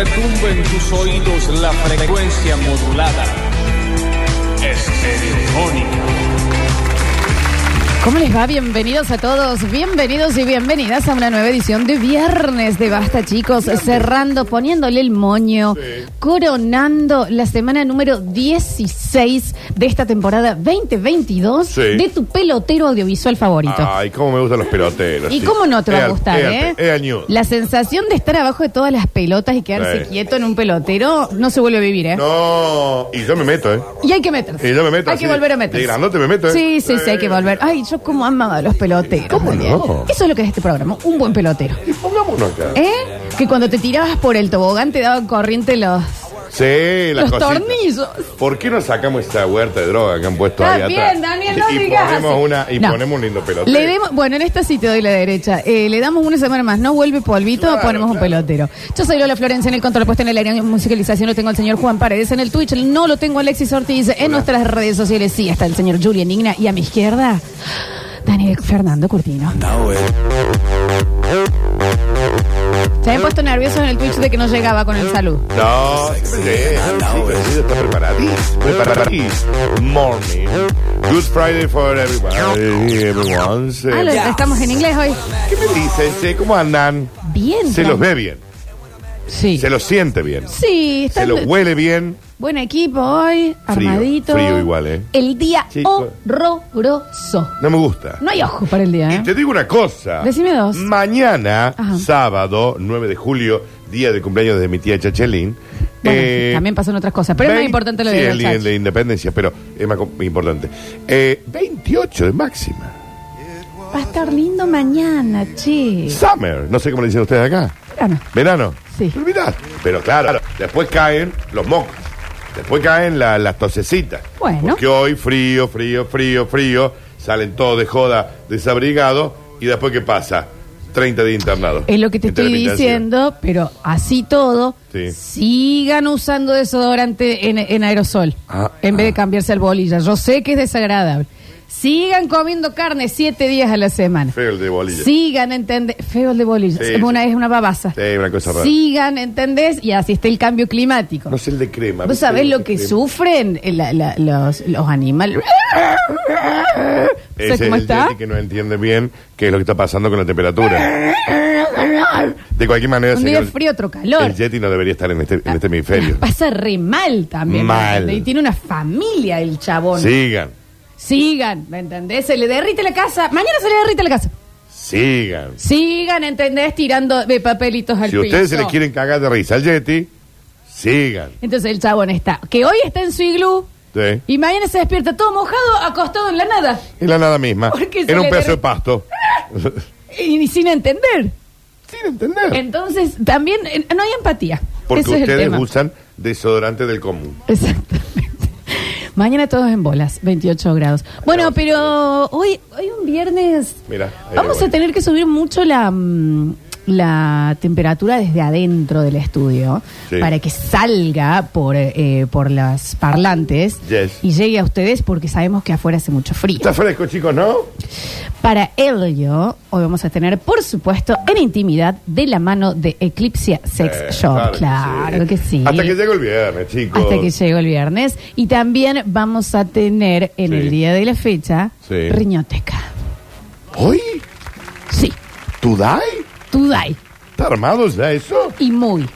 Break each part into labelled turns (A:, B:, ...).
A: en tus oídos la frecuencia modulada.
B: ¿Cómo les va? Bienvenidos a todos, bienvenidos y bienvenidas a una nueva edición de viernes de Basta, chicos. Cerrando, poniéndole el moño, coronando la semana número 16 de esta temporada 2022
C: Sí.
B: de tu pelotero audiovisual favorito.
C: Ay, cómo me gustan los peloteros.
B: ¿Y
C: sí.
B: cómo no te va a
C: Era-
B: gustar,
C: era-
B: eh?
C: era news.
B: La sensación de estar abajo de todas las pelotas y quedarse
C: Sí.
B: quieto en un pelotero no se vuelve a vivir, ¿eh?
C: No, y yo me meto, ¿eh?
B: Y hay que meterse.
C: Y yo me meto
B: Hay
C: así
B: que
C: de-
B: volver a meterse.
C: de grandote me meto, ¿eh?
B: Sí, sí, sí, hay que
C: Eh.
B: volver. Ay, yo como amaba a los peloteros.
C: ¿Cómo no?
B: Eso es lo que es este programa, un buen pelotero.
C: Pongámonos acá.
B: ¿Eh? Que cuando te tirabas por el tobogán te daban corriente los,
C: Sí, la
B: los
C: cosita.
B: tornillos.
C: ¿Por qué no sacamos esa huerta de droga que han puesto
B: Está
C: ahí
B: bien,
C: atrás?
B: Daniel, no
C: y
B: digas
C: Ponemos
B: así.
C: una, y
B: No.
C: ponemos un lindo pelotero.
B: Le demos, bueno, en esta sí te doy la derecha. Eh, le damos una semana más. No vuelve polvito,
C: Claro,
B: ponemos un
C: claro.
B: pelotero. Yo soy Lola Florencia en el control puesto en el área de musicalización. Lo tengo al señor Juan Paredes en el Twitch. No lo tengo a Alexis Ortiz. En nuestras redes sociales sí está el señor Julian Igna. Y a mi izquierda, Daniel Fernando Curtino. Se habían puesto nervioso en el Twitch de que no llegaba con el salud.
C: No, sí, chicos, sí, está preparadís. Preparadís. Morning. Good Friday for everybody. Everyone. sí.
B: Ah, lo- estamos en inglés hoy.
C: ¿Qué me dicen? sí? ¿Cómo andan?
B: Bien.
C: Se los
B: Fran.
C: ve bien.
B: Sí.
C: Se los siente bien.
B: Sí, está
C: Se los huele bien.
B: Buen equipo hoy,
C: Frío,
B: armadito.
C: frío igual, ¿eh?
B: El día
C: Chico.
B: horroroso.
C: No me gusta.
B: No hay ojo para el día,
C: Y
B: ¿eh?
C: te digo una cosa.
B: Decime dos.
C: Mañana,
B: Ajá.
C: sábado, 9 de julio, día de cumpleaños de mi tía Chachelín.
B: Bueno,
C: eh,
B: también pasan otras cosas, pero es más
C: 20
B: importante lo
C: Sí,
B: de
C: el
B: la
C: día
B: chacha.
C: de independencia, pero es más com- importante. Eh, 28 de máxima.
B: Va a estar lindo mañana, che.
C: Summer, no sé cómo le dicen ustedes acá.
B: Verano.
C: Verano.
B: Sí.
C: Pero mirá, pero claro, después caen los mocos. Después caen la- las tosecitas.
B: Bueno.
C: Porque hoy frío, frío, frío, frío. Salen todos de joda desabrigados. ¿Y después qué pasa? 30 días internados.
B: Es lo que te
C: En
B: estoy
C: terapia intensiva.
B: diciendo, pero así todo,
C: Sí.
B: sigan usando desodorante en, en aerosol,
C: Ah,
B: en vez de
C: ah.
B: cambiarse al bolilla. Yo sé que es desagradable. Sigan comiendo carne siete días a la semana.
C: Feo el de bolilla.
B: Sigan, ¿entendés? Feo el de bolilla.
C: Sí,
B: es, una,
C: sí.
B: es una babasa.
C: Sí, una cosa rara.
B: Sigan, ¿entendés? Y así está el cambio climático.
C: No sé el de crema.
B: ¿Vos sabés lo que
C: sube?
B: sufren eh, la- la- los, los animales? ¿Sabés
C: Ese
B: cómo
C: es el
B: está?
C: Yeti que no entiende bien qué es lo que está pasando con la temperatura. De cualquier manera,
B: Ah, Un día
C: señor,
B: frío, otro calor.
C: el Yeti no debería estar en este, en este hemisferio.
B: Pasa re mal también.
C: Mal.
B: ¿me entendés? Y tiene una familia el chabón.
C: Sigan,
B: Sigan, ¿me entendés? Se le derrite la casa. Mañana se le derrite la casa.
C: sigan.
B: Sigan, ¿entendés? Tirando de papelitos al
C: Si
B: piso.
C: ustedes se les quieren cagar de risa al Yeti, sigan.
B: Entonces el chabón está, que hoy está en su iglú
C: Sí.
B: y mañana se despierta todo mojado, acostado en la nada.
C: En la nada misma.
B: Porque se
C: en un
B: le
C: pedazo
B: derri-
C: de pasto.
B: Y, y sin entender.
C: Sin entender.
B: Entonces también eh, no hay empatía.
C: Porque
B: Ese es el
C: ustedes
B: tema.
C: usan desodorante del común.
B: Exactamente. Mañana todos en bolas, 28 grados. Bueno, pero hoy, hoy un viernes.
C: Mira, ahí
B: vamos
C: voy.
B: a tener que subir mucho la, mm, la temperatura desde adentro del estudio
C: Sí.
B: para que salga por, eh, por las parlantes
C: Yes.
B: y llegue a ustedes porque sabemos que afuera hace mucho frío.
C: Está fresco, chicos, ¿no?
B: Para ello, hoy vamos a tener, por supuesto, en intimidad de la mano de Eclipse Sex
C: Eh,
B: Shop. Claro que sí.
C: Hasta que llegó el viernes, chicos.
B: Hasta que llegó el viernes. Y también vamos a tener en
C: Sí.
B: el día de la fecha
C: Sí.
B: riñoteca.
C: ¿Hoy?
B: Sí,
C: ¿Tudai?
B: Tudai.
C: ¿Está armado ya eso?
B: Y muy.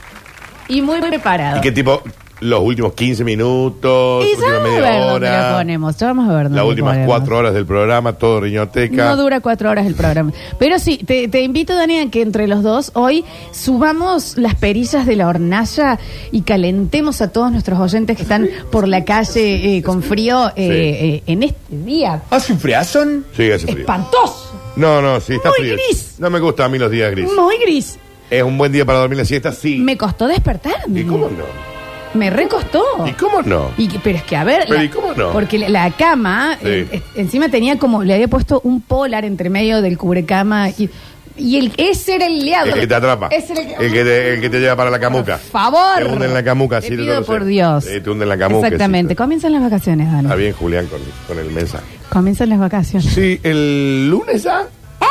B: Y muy preparado.
C: ¿Y qué tipo? Los últimos 15 minutos,
B: Y ya
C: última
B: vamos a ver
C: media
B: dónde la
C: hora,
B: ponemos. Ya vamos a ver dónde
C: las
B: la
C: últimas
B: ponemos.
C: cuatro horas del programa, todo riñoteca.
B: No dura cuatro horas el programa. Pero sí, te, te invito, Dani, a que entre los dos hoy subamos las perillas de la hornalla y calentemos a todos nuestros oyentes que están por la calle eh, con frío eh,
C: Sí.
B: eh, en este día
D: ¿Hace un friazón?
C: sí, hace frío.
B: espantoso,
C: No, no, sí, está
B: Muy
C: frío.
B: gris.
C: No me gustan a mí los días grises.
B: muy gris.
C: ¿Es un buen día para dormir la siesta? Sí.
B: Me costó despertarme.
C: ¿Y cómo no?
B: Me recostó.
C: ¿Y cómo no?
B: Y que- pero es que, a ver.
C: Pero
B: la-
C: ¿y cómo no?
B: Porque la, la cama,
C: Sí.
B: eh, eh, encima tenía como. Le había puesto un polar entre medio del cubrecama. Y, y el, ese era el liado.
C: El que te atrapa.
B: Ese era el que.
C: te, el que te lleva para la camuca.
B: Por favor.
C: Te hunde en la camuca,
B: Te
C: sí.
B: pido
C: lo sé.
B: por Dios.
C: Sí, te hunde en la camuca.
B: Exactamente.
C: sí.
B: Comienzan las vacaciones, Dani.
C: Está bien, Julián, con, con el mensaje.
B: Comienzan las vacaciones.
C: Sí, el lunes ya.
B: ¡Eh!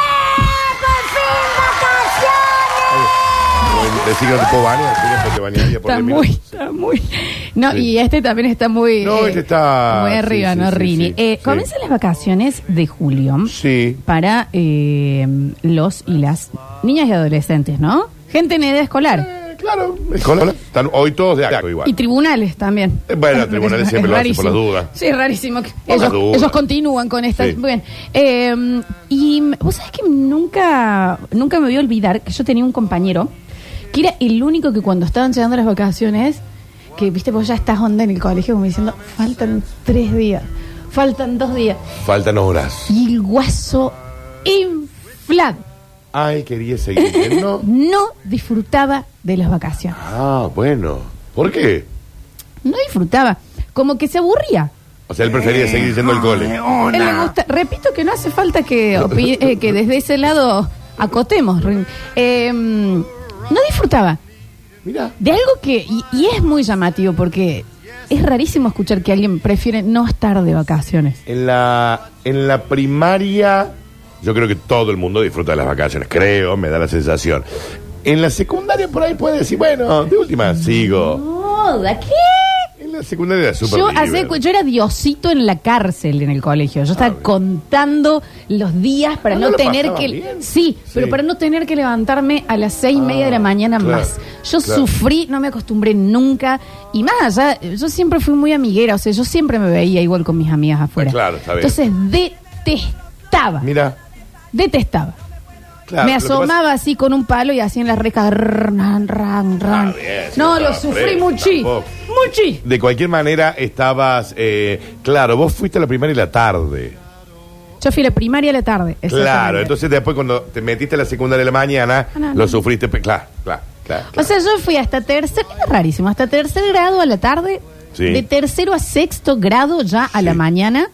B: ¡Por fin vacaciones!
C: Buen Decí que no te puedo bañar, así que te bañaría por
B: Está
C: 10
B: muy,
C: minutos.
B: está muy. No,
C: Sí.
B: y este también está muy.
C: No,
B: eh,
C: este está-
B: Muy
C: sí,
B: arriba,
C: sí,
B: ¿no,
C: sí,
B: Rini?
C: sí,
B: Eh,
C: sí.
B: Comienzan las vacaciones de julio
C: Sí.
B: para eh, los y las niñas y adolescentes, ¿no? Gente en edad escolar.
C: Eh, claro. Escolar. Están hoy todos de acto igual.
B: Y tribunales también.
C: Eh, bueno, tribunales siempre lo hacen por las
B: rarísimo.
C: dudas.
B: Sí, es rarísimo. que
C: las
B: Ellos,
C: dudas.
B: ellos continúan con estas.
C: Sí.
B: Bien. Eh, y vos sabés que nunca, nunca me voy a olvidar que yo tenía un compañero que era el único que cuando estaban llegando las vacaciones, que viste, vos ya estás onda en el colegio como diciendo, faltan tres días, faltan dos días.
C: Faltan horas.
B: Y el guaso inflado
C: Ay, quería seguir viendo.
B: no disfrutaba de las vacaciones.
C: Ah, bueno. ¿Por qué?
B: No disfrutaba. Como que se aburría.
C: O sea, él prefería seguir yendo al cole.
B: Él le gusta. Repito que no hace falta que,
C: Oh, No.
B: opi- eh, que desde ese lado acotemos. Rin. Eh, no disfrutaba
C: Mira.
B: de algo que. Y, y es muy llamativo porque es rarísimo escuchar que alguien prefiere no estar de vacaciones.
C: En la, en la primaria, yo creo que todo el mundo disfruta de las vacaciones, creo, me da la sensación. En la secundaria por ahí puede decir, bueno, de última sigo.
B: No, ¿da qué?
C: En la secundaria es súper
B: Yo,
C: libre.
B: hace- yo era diosito en la cárcel en el colegio. Yo estaba contando los días para
C: Ah,
B: no,
C: ¿no la
B: tener
C: pasabas
B: que.
C: bien?
B: Sí, pero
C: Sí.
B: para no tener que levantarme a las seis y media de la mañana
C: claro,
B: más. Yo
C: claro.
B: sufrí, no me acostumbré nunca. Y más allá, yo siempre fui muy amiguera. O sea, yo siempre me veía igual con mis amigas afuera.
C: claro, está bien.
B: Entonces detestaba.
C: Mira,
B: Detestaba.
C: claro,
B: me
C: lo que pasa-
B: asomaba así con un palo y así en las recas. ran, ran, ran.
C: bien, si
B: no,
C: no
B: lo
C: estaba
B: sufrí
C: preso,
B: muchí.
C: tampoco.
B: Muchí.
C: De cualquier manera, estabas. eh, claro, vos fuiste a la primaria y la tarde.
B: Yo fui a la primaria a la tarde.
C: Claro,
B: exactamente.
C: entonces después cuando te metiste a la secundaria de la mañana,
B: Ah, no,
C: lo
B: no.
C: sufriste. pe- Claro, claro, claro.
B: O
C: claro.
B: sea, yo fui hasta tercer, era rarísimo, hasta tercer grado a la tarde,
C: Sí.
B: de tercero a sexto grado ya a
C: Sí.
B: la mañana,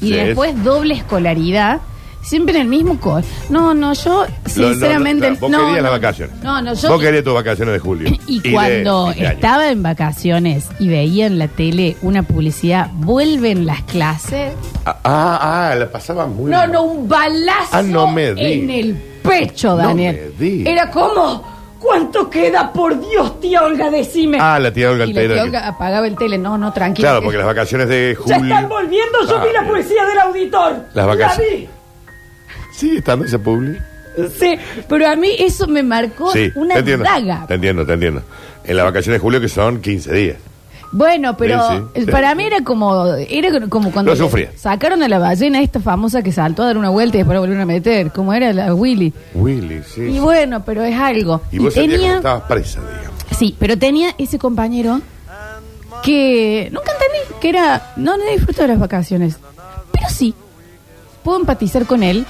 B: y
C: Yes.
B: después doble escolaridad, siempre en el mismo col. No, no, yo
C: Lo- lo-
B: sinceramente...
C: lo- claro, vos
B: no,
C: querías
B: no,
C: las vacaciones.
B: No, no, yo...
C: Vos querías tus vacaciones de julio.
B: Y
C: de-
B: cuando
C: y de año.
B: estaba en vacaciones y veía en la tele una publicidad, vuelven las clases.
C: Ah, ah, ah, la pasaba muy
B: No,
C: mal.
B: no, un balazo
C: Ah, no me di.
B: en el pecho,
C: No
B: Daniel.
C: me di.
B: Era como, ¿cuánto queda? Por Dios, tía Olga, decime.
C: Ah, la tía Olga
B: eh. y la tía
C: Altera. que-
B: Olga apagaba el tele. No, no, tranquilo.
C: Claro,
B: que-
C: porque las vacaciones de julio.
B: volviendo,
C: Ah, bien.
B: del auditor.
C: Las vacaciones.
B: vi.
C: Sí, estando ese publi.
B: Sí, pero a mí eso me marcó
C: Sí,
B: una
C: te entiendo.
B: daga.
C: Te entiendo, te entiendo. En las vacaciones de julio que son 15 días.
B: Bueno, pero
C: Sí, sí.
B: eh, para mí era como era como cuando
C: Lo sufría.
B: sacaron a la ballena esta famosa que saltó a dar una vuelta y después la volvieron a meter, como era la Willy.
C: Willy, sí.
B: Y bueno, pero es algo.
C: Y vos sentías como estabas presa, digamos.
B: Sí, pero tenía ese compañero que nunca entendí, que era, no, no disfruto de las vacaciones. Pero sí, puedo empatizar con él,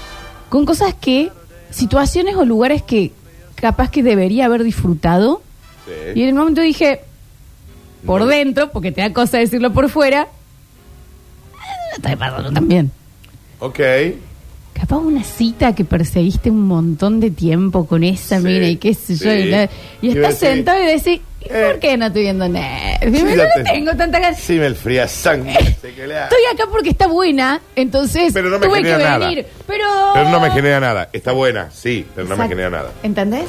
B: con cosas que, situaciones o lugares que capaz que debería haber disfrutado. Y en el momento dije, por
C: Eh. No.
B: dentro, porque te da cosa decirlo por fuera, "Ah, la estoy pasando también.
C: Ok.
B: Capaz una cita que perseguiste un montón de tiempo con esa
C: Sí,
B: mina y qué sé yo.
C: sí.
B: Y, la- y
C: Y
B: estás
C: decís,
B: sentado y decís, ¿y
C: eh,
B: ¿por qué no estoy viendo nada?
C: Sí,
B: no
C: ya
B: le
C: te-
B: tengo tanta ganas.
C: Sí, me enfría sangre. sé que le ha-
B: Estoy acá porque está buena, entonces
C: Pero no me
B: tuve que
C: genera nada.
B: venir. Pero...
C: Pero no me genera nada. Está buena, sí, pero no me
B: Exacto.
C: genera nada.
B: ¿Entendés?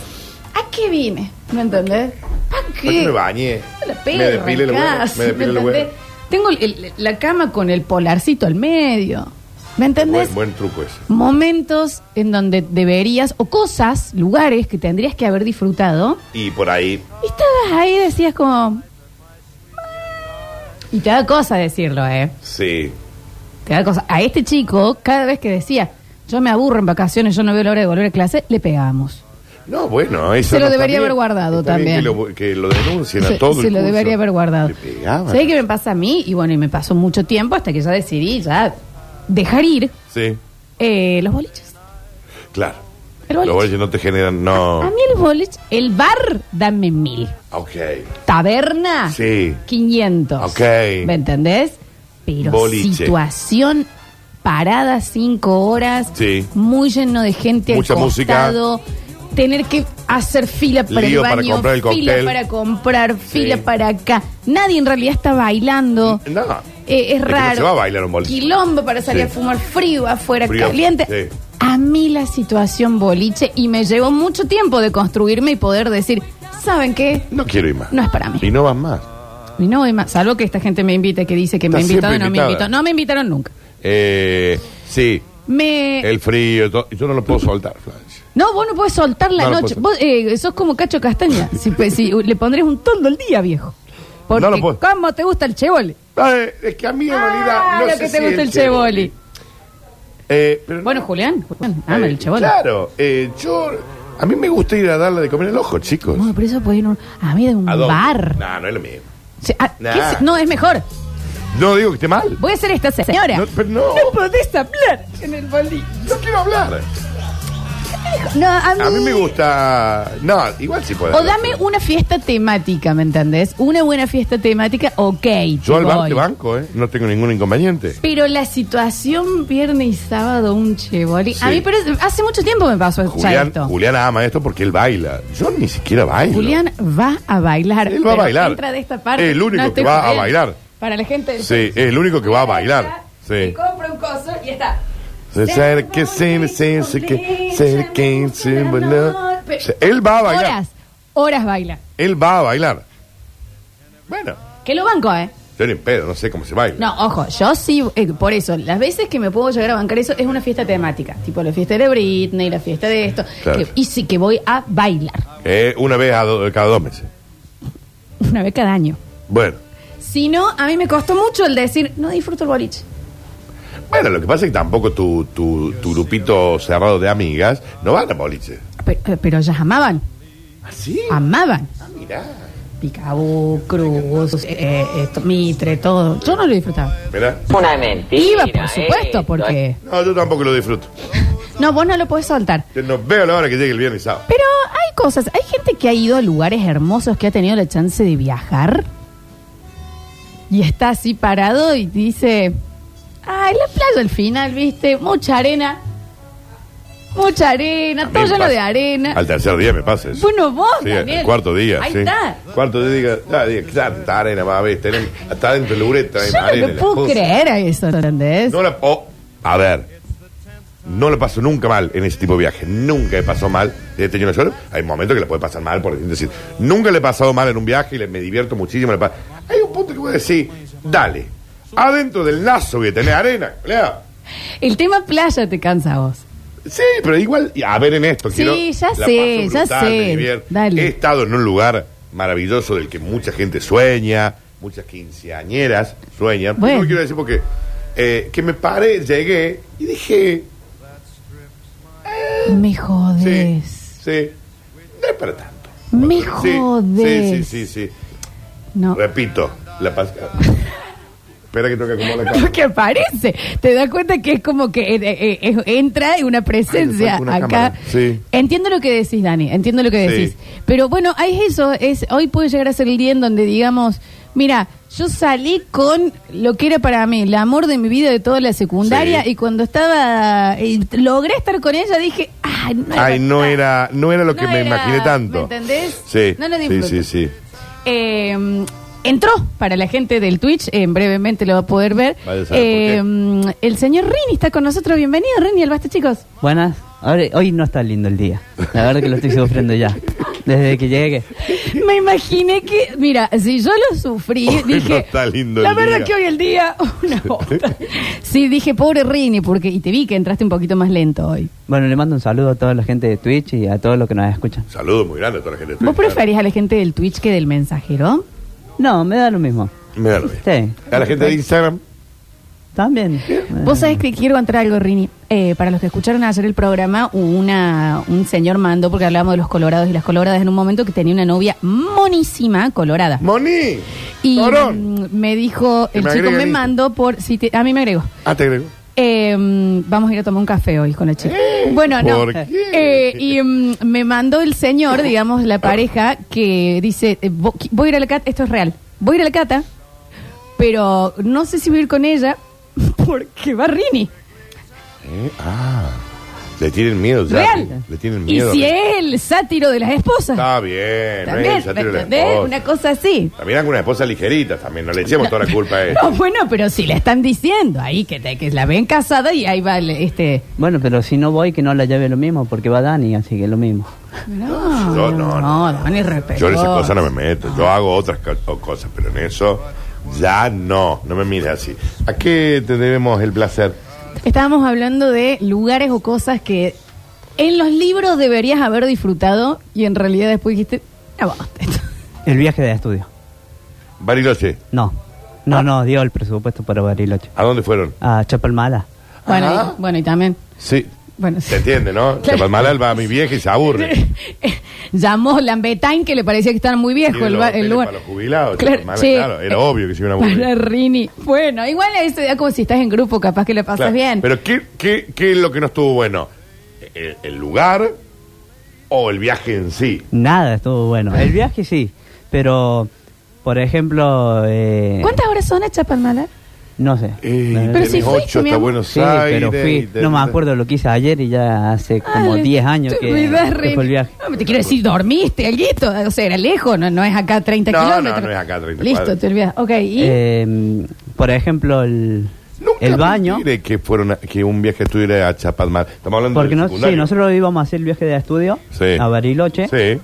B: ¿A qué vine? ¿Me entendés? ¿A
C: ¿Por qué
B: qué?
C: me bañé?
B: La
C: Me
B: perra,
C: depile el huevo.
B: casi,
C: Me depile el
B: ¿me
C: huevo.
B: entendés? Tengo el- el- la cama con el polarcito al medio. ¿Me entendés?
C: Buen, buen truco ese.
B: momentos en donde deberías, o cosas, lugares que tendrías que haber disfrutado,
C: Y por ahí.
B: y estabas ahí y decías como... "Ah". Y te da cosa decirlo, ¿eh?
C: Sí.
B: Te da cosa. A este chico, cada vez que decía, yo me aburro en vacaciones, yo no veo la hora de volver a clase, le pegamos.
C: No, bueno, eso.
B: Se lo
C: no está
B: debería
C: bien.
B: haber guardado
C: Está bien
B: también.
C: Que lo, que lo denuncien a
B: Se,
C: todo
B: se
C: el
B: lo
C: curso.
B: debería haber guardado.
C: Le pegaban.
B: ¿Sabes qué me pasa a mí? Y bueno, y me pasó mucho tiempo hasta que ya decidí ya dejar ir
C: Sí,
B: eh, los boliches.
C: claro.
B: El
C: Los
B: boliche.
C: boliches no te generan, no.
B: A mí el boliche, el bar, dame mil.
C: Ok.
B: Taberna,
C: Sí.
B: 500.
C: Ok.
B: ¿Me entendés? Pero
C: Boliche.
B: situación parada cinco horas,
C: Sí.
B: muy lleno de gente
C: Mucha
B: al
C: música.
B: costado, tener que hacer fila para
C: Lío
B: el
C: para
B: baño,
C: comprar el
B: fila
C: cóctel.
B: para comprar, fila
C: Sí.
B: para acá. Nadie en realidad está bailando.
C: No.
B: Eh, es
C: que no
B: raro.
C: se va a bailar un boliche.
B: Quilombo para salir
C: Sí.
B: a fumar frío, afuera
C: Frío,
B: caliente.
C: sí.
B: A mí la situación boliche y me llevó mucho tiempo de construirme y poder decir, ¿saben qué?
C: No quiero ir más.
B: No es para mí.
C: Y no vas más.
B: Y no voy más. Salvo que esta gente me invite, que dice que me
C: Estás
B: invitó y
C: siempre
B: no me
C: invitada.
B: invitó. No me invitaron nunca.
C: Eh, sí,
B: Me...
C: el frío, todo. Yo no lo puedo soltar, Florencia.
B: No, vos no podés soltar la
C: No, no
B: noche.
C: puedo
B: Vos eh, sos como Cacho Castaña. si, pues, si le pondrías un toldo al día, viejo. Porque
C: No lo puedo.
B: ¿cómo te gusta el chevole?
C: Ay, Eh, es que a mí en realidad
B: Ah,
C: no
B: lo
C: sé
B: que
C: si
B: te gusta el chevoli.
C: Eh, pero
B: Bueno,
C: no.
B: Julián, Julián ama
C: Eh,
B: el chevoli.
C: Claro, eh, yo. A mí me gusta ir a darle de comer el ojo, chicos.
B: Bueno, pero eso puede ir a un- a mí de un
C: ¿A dónde?
B: bar.
C: No, no es lo mismo.
B: Sí, ah, ¿qué
C: Nah.
B: se- No, es mejor.
C: No digo que esté mal.
B: Voy a ser esta señora.
C: No, pero no.
B: podés hablar en el bolí.
C: No quiero hablar.
B: No, a mí,
C: A mí me gusta. No, igual sí puedo.
B: O dame una fiesta temática, ¿me entendés? Una buena fiesta temática, ok. te
C: Yo al bar
B: voy.
C: te banco, ¿eh? No tengo ningún inconveniente.
B: Pero la situación viernes y sábado, un chevoli.
C: Sí.
B: A mí, pero hace mucho tiempo me pasó ya
C: Julián,
B: esto.
C: Julián ama esto porque él baila. Yo ni siquiera bailo.
B: Julián va a bailar.
C: Él va a
B: pero
C: bailar.
B: Entra de esta parte.
C: Es el único
B: No estoy
C: que va a
B: jodiendo.
C: bailar.
B: Para la gente.
C: Sí, es el único que va a bailar. Sí.
B: Se compra un coso y está.
C: Se cerque, se- se- que- cerque, se- bla- Se- Él va a bailar.
B: Horas, horas baila.
C: Él va a bailar. Bueno,
B: Que lo banco, ¿eh?
C: yo ni en pedo, no sé cómo se baila.
B: No, ojo, yo sí, eh, por eso, las veces que me puedo llegar a bancar eso es una fiesta temática, tipo la fiesta de Britney, la fiesta de esto,
C: Claro.
B: que- y sí que voy a bailar
C: Eh, una vez a do- cada dos meses.
B: una vez cada año.
C: Bueno.
B: Si no, a mí me costó mucho el decir, no disfruto el boliche.
C: Bueno, lo que pasa es que tampoco tu, tu, tu grupito cerrado de amigas no van a boliche.
B: Pe- eh, Pero, ellas amaban,
C: ¿Ah, sí?
B: amaban.
C: Ah, mirá.
B: Picabú, Cruz, eh, eh, esto, Mitre, todo. Yo no lo disfrutaba.
C: Mirá.
D: Una mentira. eh,
B: Iba, por supuesto,
D: esto.
B: porque...
C: No, yo tampoco lo disfruto.
B: No, vos no lo podés soltar.
C: Yo no veo la hora que llegue el viernes y sábado.
B: Pero hay cosas, hay gente que ha ido a lugares hermosos, que ha tenido la chance de viajar y está así parado y dice, ay, la playa al final, viste, mucha arena, mucha arena, todo
C: También
B: lleno
C: pasa.
B: de arena.
C: Al tercer día me pasa eso.
B: Bueno, vos,
C: Sí,
B: Daniel.
C: el cuarto día,
B: Ahí
C: sí.
B: está.
C: Cuarto día, diga, ah, diga, tanta arena, va a ver, tenés- hasta dentro de la ureta hay
B: Yo no
C: eh, arena,
B: me
C: la
B: puedo
C: cosa.
B: creer a eso, ¿entendés?
C: No la, oh, a ver, no la paso nunca mal en ese tipo de viaje. Nunca he pasado mal. este He tenido una sola- Hay momentos que la puede pasar mal, por decir. Nunca le he pasado mal en un viaje y le- me divierto muchísimo. le pa- hay un punto que voy a decir, dale, adentro del lazo voy a tener arena. colega.
B: El tema playa te cansa a vos.
C: Sí, pero igual, y a ver en esto.
B: Sí,
C: quiero-
B: ya sé,
C: la paso
B: ya
C: brutal,
B: sé.
C: me divierto.
B: Dale.
C: He estado en un lugar maravilloso del que mucha gente sueña, muchas quinceañeras sueñan.
B: Bueno.
C: No lo quiero decir porque eh, que me paré, llegué y dije,
B: Me
C: sí,
B: jodes.
C: sí, no es para tanto.
B: Me
C: Sí,
B: jodes.
C: Sí, sí, sí, sí.
B: No.
C: Repito, la paz. Espera que toque como la
B: Lo
C: cámara.
B: que aparece. Te das cuenta que es como que eh, eh, eh, entra una presencia
C: Ay, me falta una
B: acá.
C: cámara. Sí.
B: Entiendo lo que decís, Dani, entiendo lo que
C: Sí.
B: decís. Pero bueno, hay eso. Es, hoy puede llegar a ser el día en donde digamos, mira, yo salí con lo que era para mí, el amor de mi vida de toda la secundaria
C: Sí.
B: y cuando estaba, y logré estar con ella, dije, ay, no era
C: Ay, no
B: tan".
C: era, no era lo que
B: No
C: me
B: era-
C: imaginé tanto.
B: ¿Me entendés?
C: Sí,
B: No lo
C: sí,
B: disfruto.
C: sí, sí.
B: Eh, entró para la gente del Twitch, en brevemente lo va a poder ver.
C: Vaya a saber
B: Eh, el señor Rini está con nosotros. Bienvenido, Rini, al basta, chicos.
E: Buenas. Ahora- hoy no está lindo el día. La verdad que lo estoy sufriendo ya. Desde que llegué.
B: Me imaginé que, mira, si yo lo sufrí,
C: Hoy
B: dije.
C: no está lindo
B: la
C: el
B: verdad
C: día".
B: que hoy el día, una bosta. sí, dije, pobre Rini, porque. Y te vi que entraste un poquito más lento hoy.
E: Bueno, le mando un saludo a toda la gente de Twitch y a todos los que nos escuchan.
C: Saludos muy grandes a toda la gente.
B: ¿Vos preferís a la gente del Twitch que del mensajero?
E: No, me da lo mismo.
C: Me da lo mismo.
E: Sí.
C: A la gente de Instagram.
E: También.
B: Vos sabés que quiero contar algo, Rini. Eh, para los que escucharon ayer el programa, una, un señor mandó, porque hablábamos de los colorados y las coloradas, en un momento que tenía una novia monísima colorada.
C: ¡Moni!
B: Y
C: ¡Torón!
B: mm, me dijo,
C: Que
B: el
C: me
B: chico
C: agregue
B: me
C: al Insta.
B: mandó por... Si te- a mí me agregó.
C: Ah, te agrego.
B: Eh, mm, vamos a ir a tomar un café hoy con la chica. bueno, no.
C: ¿por qué?
B: Eh, y mm, me mandó el señor, digamos, la pareja, que dice, eh, vo- qui- voy a ir a la cata, esto es real, voy a ir a la cata, pero no sé si voy a ir con ella porque va Rini.
C: Eh, Ah. Le tienen miedo ya.
B: Real.
C: Le tienen
B: Y
C: miedo.
B: si es el sátiro de las esposas.
C: Está bien.
B: también,
C: no
B: ¿me
C: es el sátiro de la
B: entendés?
C: esposa.
B: Una cosa así.
C: También hago una esposa ligerita también. No le echemos toda la culpa a él.
B: No, bueno, pero si le están diciendo ahí que, te- que la ven casada y ahí va el, este...
E: Bueno, pero si no voy, que no la lleve lo mismo, porque va Dani, así que lo mismo.
B: No,
C: Yo
B: no,
C: no,
B: no,
C: no.
B: Dani, respeto.
C: Yo en esas cosas no me meto, yo hago otras co- cosas, pero en eso ya no, no me mires así. ¿A qué te debemos el placer?
B: Estábamos hablando de lugares o cosas que en los libros deberías haber disfrutado y en realidad después dijiste, "Ah, bueno, esto".
E: El viaje de estudio.
C: Bariloche,
E: No. Ah. No, no, dio el presupuesto para Bariloche.
C: ¿a dónde fueron?
E: A Ah, Chapalmala.
B: Bueno,
C: Ajá.
B: y, bueno, y también,
C: Sí,
B: bueno,
C: se entiende, ¿no?
B: Claro.
C: Chapalmalal va a mi vieja y se aburre.
B: llamó Lambetain que le parecía que estaba muy
C: Y
B: viejo
C: de
B: el,
C: los
B: ba- el
C: hoteles
B: lugar.
C: Para los jubilados,
B: Claro,
C: Chapalmalal,
B: che.
C: claro, era obvio que se iban a aburrir.
B: Para Rini. Bueno, igual es eh, como si estás en grupo, capaz que le pasas
C: Claro,
B: bien.
C: Pero ¿qué, qué, ¿qué es lo que no estuvo bueno? ¿El, el lugar o el viaje en sí?
E: Nada estuvo bueno. El viaje sí, pero, por ejemplo... eh,
B: ¿Cuántas horas son a Chapalmala?
E: No sé.
C: Eh,
E: La verdad
B: Pero
E: que-
C: tenés
B: si fuiste,
C: ocho
B: mi
C: hasta
B: amor.
C: Buenos
E: Sí,
C: Aires.
E: pero fui,
C: y te-
E: no me acuerdo lo que hice ayer y ya hace como
B: Ay,
E: 10 años
B: te
E: que,
B: olvidás,
E: que
B: Rini.
E: fue el viaje.
B: No, te quiero decir, dormiste, alguito. O sea, era lejos, no, no es acá 30
C: No, no,
B: kilómetros.
C: no es acá 30
B: Listo,
C: cuadras.
B: te olvidas. Ok, y.
E: Eh, por ejemplo, el,
C: Nunca
E: el
C: me
E: baño.
C: enteré que, fueron a- que un viaje estuviera a Chapadmal. Estamos hablando
E: Porque
C: del
E: no, sí,
C: secundario.
E: nosotros íbamos a hacer el viaje de estudio
C: Sí.
E: a Bariloche,
C: Sí.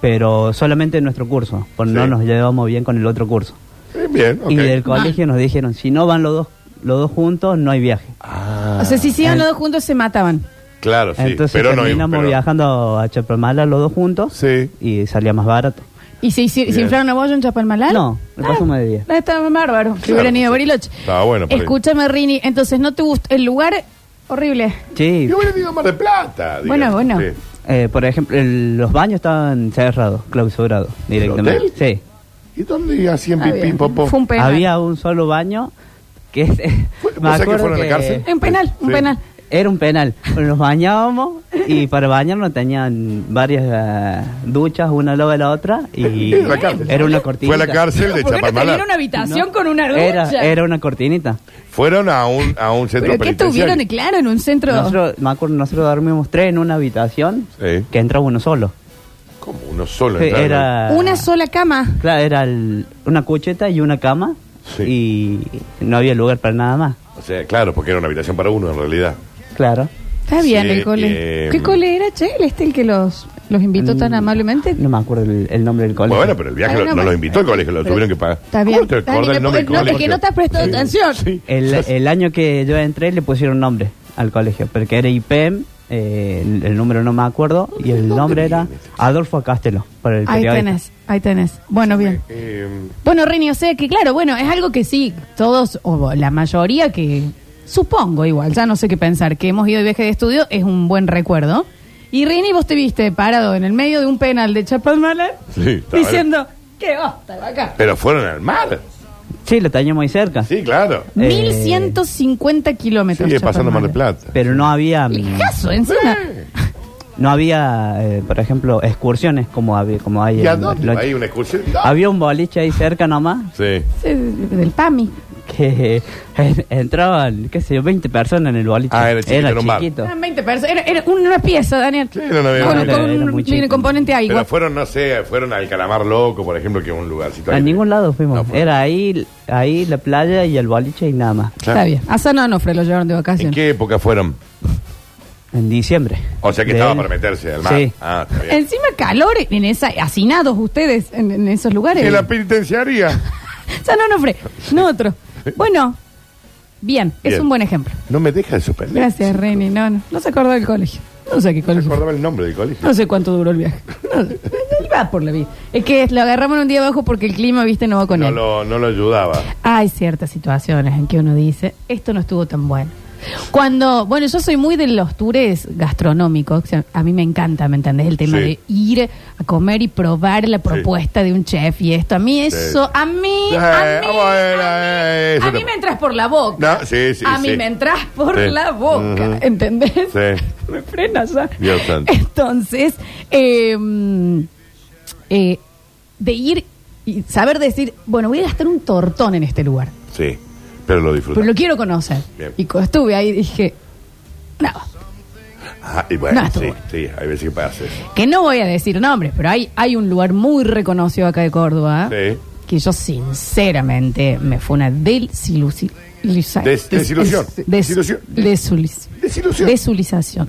E: pero solamente en nuestro curso, porque no
C: Sí.
E: nos llevamos bien con el otro curso.
C: Eh, Bien, ok.
E: Y del colegio nos dijeron, si no van los dos, los dos juntos, no hay viaje.
C: Ah,
B: o sea, si siguen
E: el-
B: los dos juntos, se mataban.
C: claro, sí.
E: Entonces
C: pero no
E: terminamos
C: pero-
E: viajando a Chapamala los dos juntos
C: Sí.
E: y salía más barato.
B: ¿Y se, hici- se
C: Bien.
B: inflaron a bollo en Chapalmalal?
E: No, me pasó más de 10.
B: Ah, estaba bárbaro. Que
C: Claro,
B: hubieran ido a
C: sí.
B: Bariloche.
C: Estaba bueno por ahí.
B: Escúchame, Rini. Entonces, ¿no te gusta el lugar? Horrible.
E: Sí,
C: Yo hubiera ido a Mar de Plata.
B: Bueno, bueno.
C: Sí.
E: eh, por ejemplo, el- los baños estaban cerrados, clausurados
C: hotel?
E: directamente. Sí.
C: ¿Y dónde hacían
B: Está
C: pipí,
B: bien.
C: popó?
B: Fue un penal.
E: Había un solo baño que...
C: Fue-
E: me
C: ¿Vos sabés que
E: acuerdo
C: fueron a la cárcel?
B: Un penal, un
C: Sí.
B: penal.
E: Era un penal. Nos bañábamos y para bañarnos tenían varias eh, duchas, una al lado de la otra. y
C: Era la cárcel.
E: Era una cortinita.
C: Fue a la cárcel de
B: ¿Por qué no
C: Chapadmal.
B: tenían una habitación
E: No,
B: con una ducha?
E: Era, era una cortinita.
C: Fueron a un, a un centro
B: ¿Pero qué tuvieron,
C: penitenciario.
B: claro, en un centro?
E: Nosotros, me acuerdo, nosotros dormimos tres en una habitación
C: Sí.
E: que entraba uno solo.
C: Como uno solo.
E: Sí,
C: entraron.
E: era,
B: Una sola cama.
E: Claro, era el- una cucheta y una cama y no había lugar para nada más.
C: O sea, claro, porque era una habitación para uno en realidad.
E: Claro.
B: Está bien
C: Sí,
B: el cole.
C: eh,
B: ¿Qué cole era, che? El este el que los, los invitó tan
E: Mm,
B: amablemente.
E: No me acuerdo el, el nombre del colegio.
C: Bueno, pero el viaje
B: Ah,
C: lo-
B: no,
C: no,
B: bueno.
C: lo invitó el colegio, lo
B: Pero-
C: tuvieron que pagar.
B: Está bien.
C: ¿Cómo te
B: está
C: acordás
B: bien,
C: el nombre del
B: no,
C: colegio?
B: es que no te has prestado
C: Sí,
B: atención.
C: sí.
E: El, el año que yo entré le pusieron nombre al colegio, porque era IPM, eh, el, el número no me acuerdo, y el nombre era Adolfo Castelo, para el
B: Ahí
E: periodista.
B: tenés, ahí tenés. Bueno, bien.
C: Eh,
B: Bueno, Rini, o sea que claro, bueno, es algo que sí, todos, o la mayoría que supongo igual, ya no sé qué pensar, que hemos ido de viaje de estudio, es un buen recuerdo. Y Rini, vos te viste parado en el medio de un penal de Chapalmala
C: Sí, está Eh,
B: diciendo, qué hosta de acá.
C: pero fueron al mar.
E: Sí, lo tenía muy cerca,
C: Sí, claro.
B: 1150 kilómetros.
C: Sigue pasando Mar del
B: Chapalmalal.
C: Plata.
E: pero no había, mm,
B: Lejazo, encima.
E: no había, eh, por ejemplo, excursiones como, había, como hay
C: ¿Y a
E: en
C: dónde?
E: Bariloche.
C: Hay una excursión.
E: Había un boliche ahí cerca nomás,
C: Sí.
B: Sí, Del PAMI.
E: que entraban, qué sé yo, 20 personas en el boliche.
C: Ah, era chiquito, era un bar.
E: chiquito.
B: Eran 20 personas. Era, era una pieza, Daniel.
C: Sí, era una pieza.
B: Con-
E: Era-
B: con
E: era
B: un-
E: muy
B: tiene
E: chico.
B: componente ahí.
C: Pero fueron, no sé, fueron al Calamar Loco, por ejemplo, que es un lugarcito.
E: A
C: ahí.
E: ningún lado fuimos.
C: No, fueron.
E: Era ahí, ahí la playa y el boliche y nada más.
B: Está bien. A San Onofre lo llevaron de
C: ¿En
B: vacaciones.
C: qué época fueron?
E: En diciembre.
C: O sea que
E: De-
C: estaba para meterse al mar.
E: Sí.
C: Ah, está bien.
B: Encima calor en esa, hacinados ustedes en, en esos lugares.
C: En la penitenciaría.
B: San Onofre, no otro. Bueno, bien, es
C: Bien.
B: un buen ejemplo.
C: No me deja de sorprender.
B: Gracias, Reni. No, no, no se acordó del colegio. No sé qué
C: No
B: colegio.
C: recordaba el nombre del colegio.
B: No sé cuánto duró el viaje. No sé. Él va por la vida. Es que lo agarramos en un día abajo porque el clima, viste, no va con
C: No
B: él.
C: lo, no lo ayudaba.
B: Hay ciertas situaciones en que uno dice, esto no estuvo tan bueno. Cuando, bueno, yo soy muy de los tours gastronómicos, o sea, a mí me encanta, ¿me entendés? El tema
C: Sí.
B: de ir a comer y probar la propuesta de un chef y esto, a mí eso, a mí,
C: Sí,
B: a mí,
C: Eh, bueno,
B: a mí,
C: eso
B: a mí
C: te-
B: me entras por la boca.
C: No, sí, sí,
B: a mí
C: sí.
B: me entras por
C: Sí.
B: la boca,
C: Ujú.
B: ¿entendés?
C: Sí.
B: me frena ya.
C: Dios santo.
B: Entonces, eh, eh, de ir y saber decir, bueno, voy a gastar un tortón en este lugar,
C: Sí. Pero lo disfruté.
B: pero lo quiero conocer.
C: Bien.
B: Y cuando estuve ahí dije, no,
C: Ah, y bueno,
B: No, estuvo
C: sí,
B: bueno.
C: sí, hay veces que pasa eso.
B: que no voy a decir nombres, pero hay, hay un lugar muy reconocido acá de Córdoba
C: Sí.
B: que yo sinceramente me fue una desilusión.
C: Des- desilusión. Desilusión.
B: Desilusión.
C: Desilusión.
B: Desilusión.
C: Desilusión.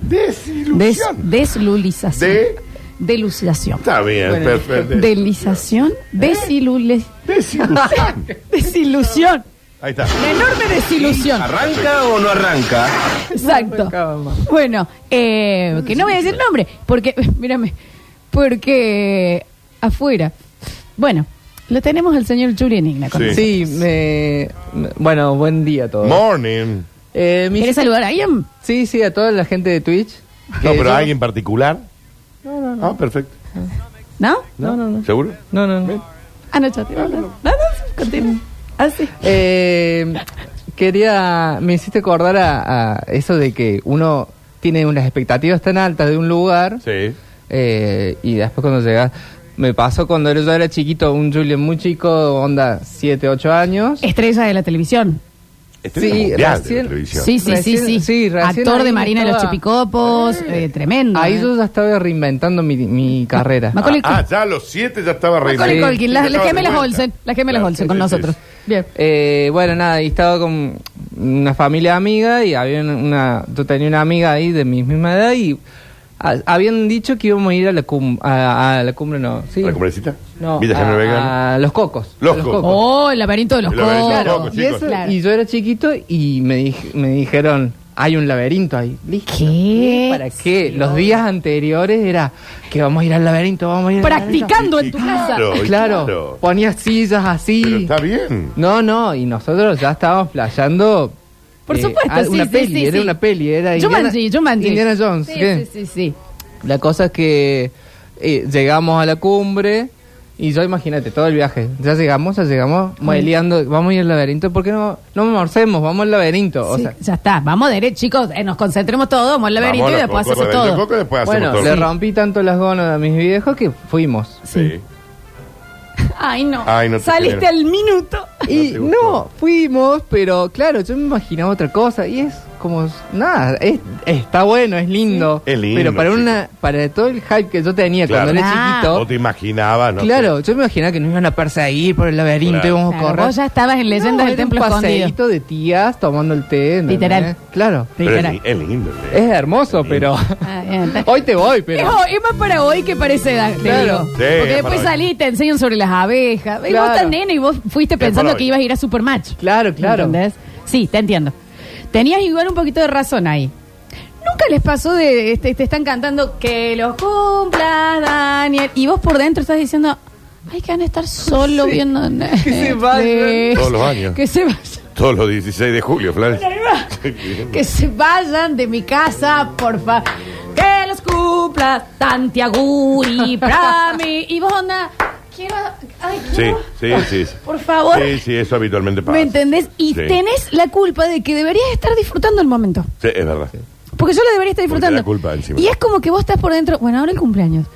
B: Des- deslulización.
C: De
B: Delucidación.
C: Está bien,
D: Bueno,
C: perfecto.
B: Delización. Desilule-
C: Desilusión.
B: Desilusión.
C: Ahí está.
B: Una enorme desilusión.
C: ¿Arranca o no arranca?
B: Exacto.
D: Calma.
B: Bueno, eh, que no voy a decir nombre, porque, mírame, porque afuera. Bueno, lo tenemos al señor Julián Igna. con
C: Sí.
B: nosotros.
D: Sí, me, me- bueno, buen día a todos.
C: Morning.
D: Eh, mi-
B: ¿Quieres saludar a alguien?
D: sí, sí, a toda la gente de Twitch.
C: No,
D: Que
C: pero
D: yo-
C: alguien particular. No, no, no. Ah, perfecto.
B: ¿No?
D: No, no, no.
C: ¿Seguro?
D: No, no, no.
B: Ah, no, chate. No, no, no, continúa. Ah, sí.
D: Eh, quería, me hiciste acordar a, a eso de que uno tiene unas expectativas tan altas de un lugar
C: Sí.
D: eh, y después cuando llegas, me pasó cuando yo era chiquito, un Julian muy chico, onda 7, 8 años.
B: Estrella de la televisión.
C: Estrella
D: Sí,
C: mundial de
D: recién-
C: la televisión.
B: Sí, sí,
D: Recién-
B: sí, sí.
D: sí, recién
B: Actor de
D: ahí
B: Marina de los
D: estaba-
B: Chipicopos, eh, tremendo.
D: Ahí
B: eh.
D: yo ya estaba reinventando mi, mi carrera.
B: Ma- Macaulay
C: Ah, ah,
B: Culkin.
C: ya a los siete ya estaba reina.
B: Macaulay Culkin, las,
C: Ya
B: las
C: estaba
B: gemelas
C: de vuelta.
B: Olsen, las gemelas
C: Claro,
B: Olsen
C: sí,
B: con
C: sí,
B: nosotros.
C: sí.
B: Bien.
D: Eh, bueno, nada, y estaba con una familia amiga y había una- una, yo tenía una amiga ahí de mi misma edad y a- habían dicho que íbamos a ir a la cumbre, a, a la cumbre no, sí.
C: ¿La cumbrecita?
D: No, Ah,
C: Villa General Belgrano.
D: a, a los cocos.
C: Los
D: a
C: Cocos.
B: Oh, el laberinto de los
C: El laberinto de los
B: coros.
C: cocos,
D: Y, eso-
B: Claro.
D: y yo era chiquito y me, dij- me dijeron, hay un laberinto ahí. Listo.
B: ¿Qué?
D: ¿Para qué? Los días anteriores era que vamos a ir al laberinto, vamos a ir al laberinto.
B: Practicando en tu casa.
C: Claro, Eh, y
D: Claro, ponías sillas así.
C: Pero está bien.
D: No, no, y nosotros ya estábamos flayando.
B: Por
D: eh,
B: supuesto,
D: ah,
B: sí,
D: una
B: sí,
D: peli,
B: sí,
D: era
B: sí.
D: una peli, era Indiana,
B: Jumanji, Jumanji.
D: Indiana Jones.
B: Sí,
D: ¿qué?
B: sí, sí, sí.
D: La cosa es que eh, llegamos a la cumbre y yo imagínate todo el viaje. Ya llegamos, ya llegamos, modeleando, vamos a ir al laberinto, ¿por qué no, no morcemos? Vamos al laberinto. O
B: Sí,
D: sea,
B: ya está, vamos derecho, chicos, eh, nos concentremos todos, vamos al laberinto
C: Vamos
B: y
C: a los
B: después
C: Cocos,
B: hacemos
C: laberinto de
B: todo.
C: Cocos, después
D: bueno,
C: hacemos
D: le
C: todo.
D: rompí tanto las gonas a mis viejos que fuimos.
C: Sí.
B: Ay, no.
C: Ay, no te
B: Saliste
C: genero.
B: al minuto.
D: Y
C: te
D: no,
C: gustó.
D: fuimos, pero claro, yo me imaginaba otra cosa y es como nada, es- está bueno, es lindo,
C: Sí. Es lindo,
D: pero para
C: chico.
D: una para todo el hype que yo tenía
C: Claro.
D: cuando era
B: Ah.
D: chiquito,
C: No te imaginabas, ¿no?
D: claro, yo me imaginaba que nos iban a perseguir por el laberinto
C: Claro.
D: y íbamos a
B: Claro,
D: correr.
B: vos ya estabas en Leyendas
D: No,
B: del
D: era un
B: Templo Escondido.
D: paseíto de tías tomando el té, ¿entendés?
B: Literal.
D: Claro.
C: Pero es,
B: Literal.
C: li- es lindo. ¿eh?
D: Es hermoso, pero
B: Ah, bien, está.
D: hoy te voy, pero
B: Es, es más para hoy que parece edad, te
D: Claro.
B: digo.
C: Sí,
B: Porque
C: es
B: después
C: para hoy.
B: salí y te enseñan sobre las abejas. Y vos
D: Claro.
B: tan nene y vos fuiste
C: para
B: pensando
C: hoy.
B: que ibas a ir a Supermatch.
D: Claro, claro.
B: ¿Entendés? Sí, te entiendo. Tenías igual un poquito de razón ahí. Nunca les pasó de. Este, te están cantando que los cumpla, Daniel. Y vos por dentro estás diciendo. Ay, que van a estar solo viendo Netflix.
D: se vayan.
C: Todos los años.
B: Que se vayan.
C: Todos los 16 de julio, Flores.
B: Que se vayan de mi casa, por favor. Que los cumpla Tantiaguri para mí. Y vos, onda, quiero. Ay,
C: Sí,
B: quiero.
C: sí, sí. sí.
B: Por favor.
C: Sí, sí, eso habitualmente pasa.
B: ¿Me entendés? Y
C: Sí.
B: tenés la culpa de que deberías estar disfrutando el momento.
C: Sí, es verdad.
B: Porque yo lo debería estar
C: Porque
B: disfrutando.
C: la culpa encima.
B: Y es como que vos estás por dentro. Bueno, ahora el cumpleaños.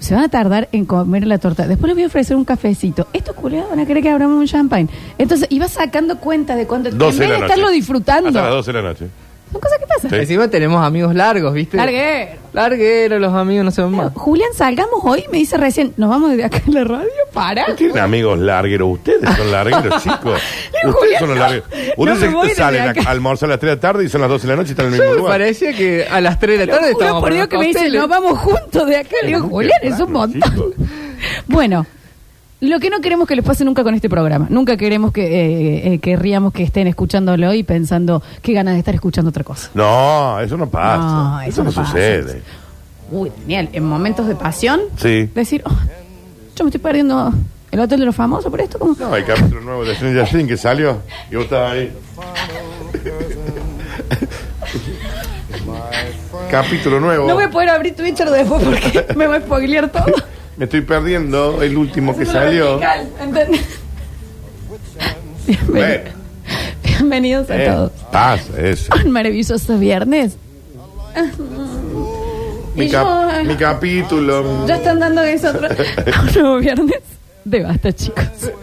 B: Se van a tardar en comer la torta. Después les voy a ofrecer un cafecito. Estos culiados van a querer que abramos un champagne. Entonces, ibas sacando cuenta de cuánto. En vez
C: 12
B: de
C: de la noche.
B: estarlo disfrutando.
C: Hasta las 12 de la noche.
B: Son cosas que pasan.
C: Sí.
D: encima tenemos amigos largos, ¿viste?
B: Larguero.
D: Largueros, los amigos no se van
B: Claro,
D: más.
B: Julián, salgamos hoy. Me dice recién, nos vamos de acá en la radio. Para.
C: Tienen amigos largueros. Ustedes son largueros, chicos.
B: Leo
C: Ustedes
B: Julián,
C: son los
B: no.
C: largueros.
B: No me
C: Ustedes
B: voy de
C: salen a
B: acá.
C: a almorzar a las 3 de la tarde y son las 12 de la noche y están en el
D: Yo
C: mismo
D: me
C: lugar.
D: parecía que a las 3 de la tarde
B: Juro
D: estábamos
B: por Dios
D: los
B: que me dice,
D: cócteles.
B: nos vamos juntos de acá. Le digo,
C: Qué
B: Julián, es un
C: raro,
B: montón.
C: chicos.
B: Bueno, lo que no queremos que les pase nunca con este programa. Nunca queremos que eh, eh, querríamos que estén escuchándolo y pensando qué ganas de estar escuchando otra cosa.
C: No, eso no pasa.
B: No, eso
C: eso, no,
B: no pasa.
C: sucede.
B: Uy, Daniel, en momentos de pasión,
C: Sí.
B: decir, "Oh, yo me estoy perdiendo el hotel de los famosos por esto. como
C: No, el capítulo nuevo de Stranger Things que salió y vos estabas ahí. capítulo nuevo.
B: No voy a poder abrir Twitter después porque me voy a spoilear todo.
C: Me estoy perdiendo el último que
B: Haciendo la vertical,
C: salió.
B: ¿entendés? Bienvenido-
C: Bueno,
B: Bienvenidos a
C: eh,
B: todos.
C: pasa eso.
B: Un maravilloso viernes.
C: Mi,
B: Y
C: cap-
B: yo, eh,
C: mi capítulo.
B: Ya están dando eso otro. Un nuevo viernes de basta, chicos.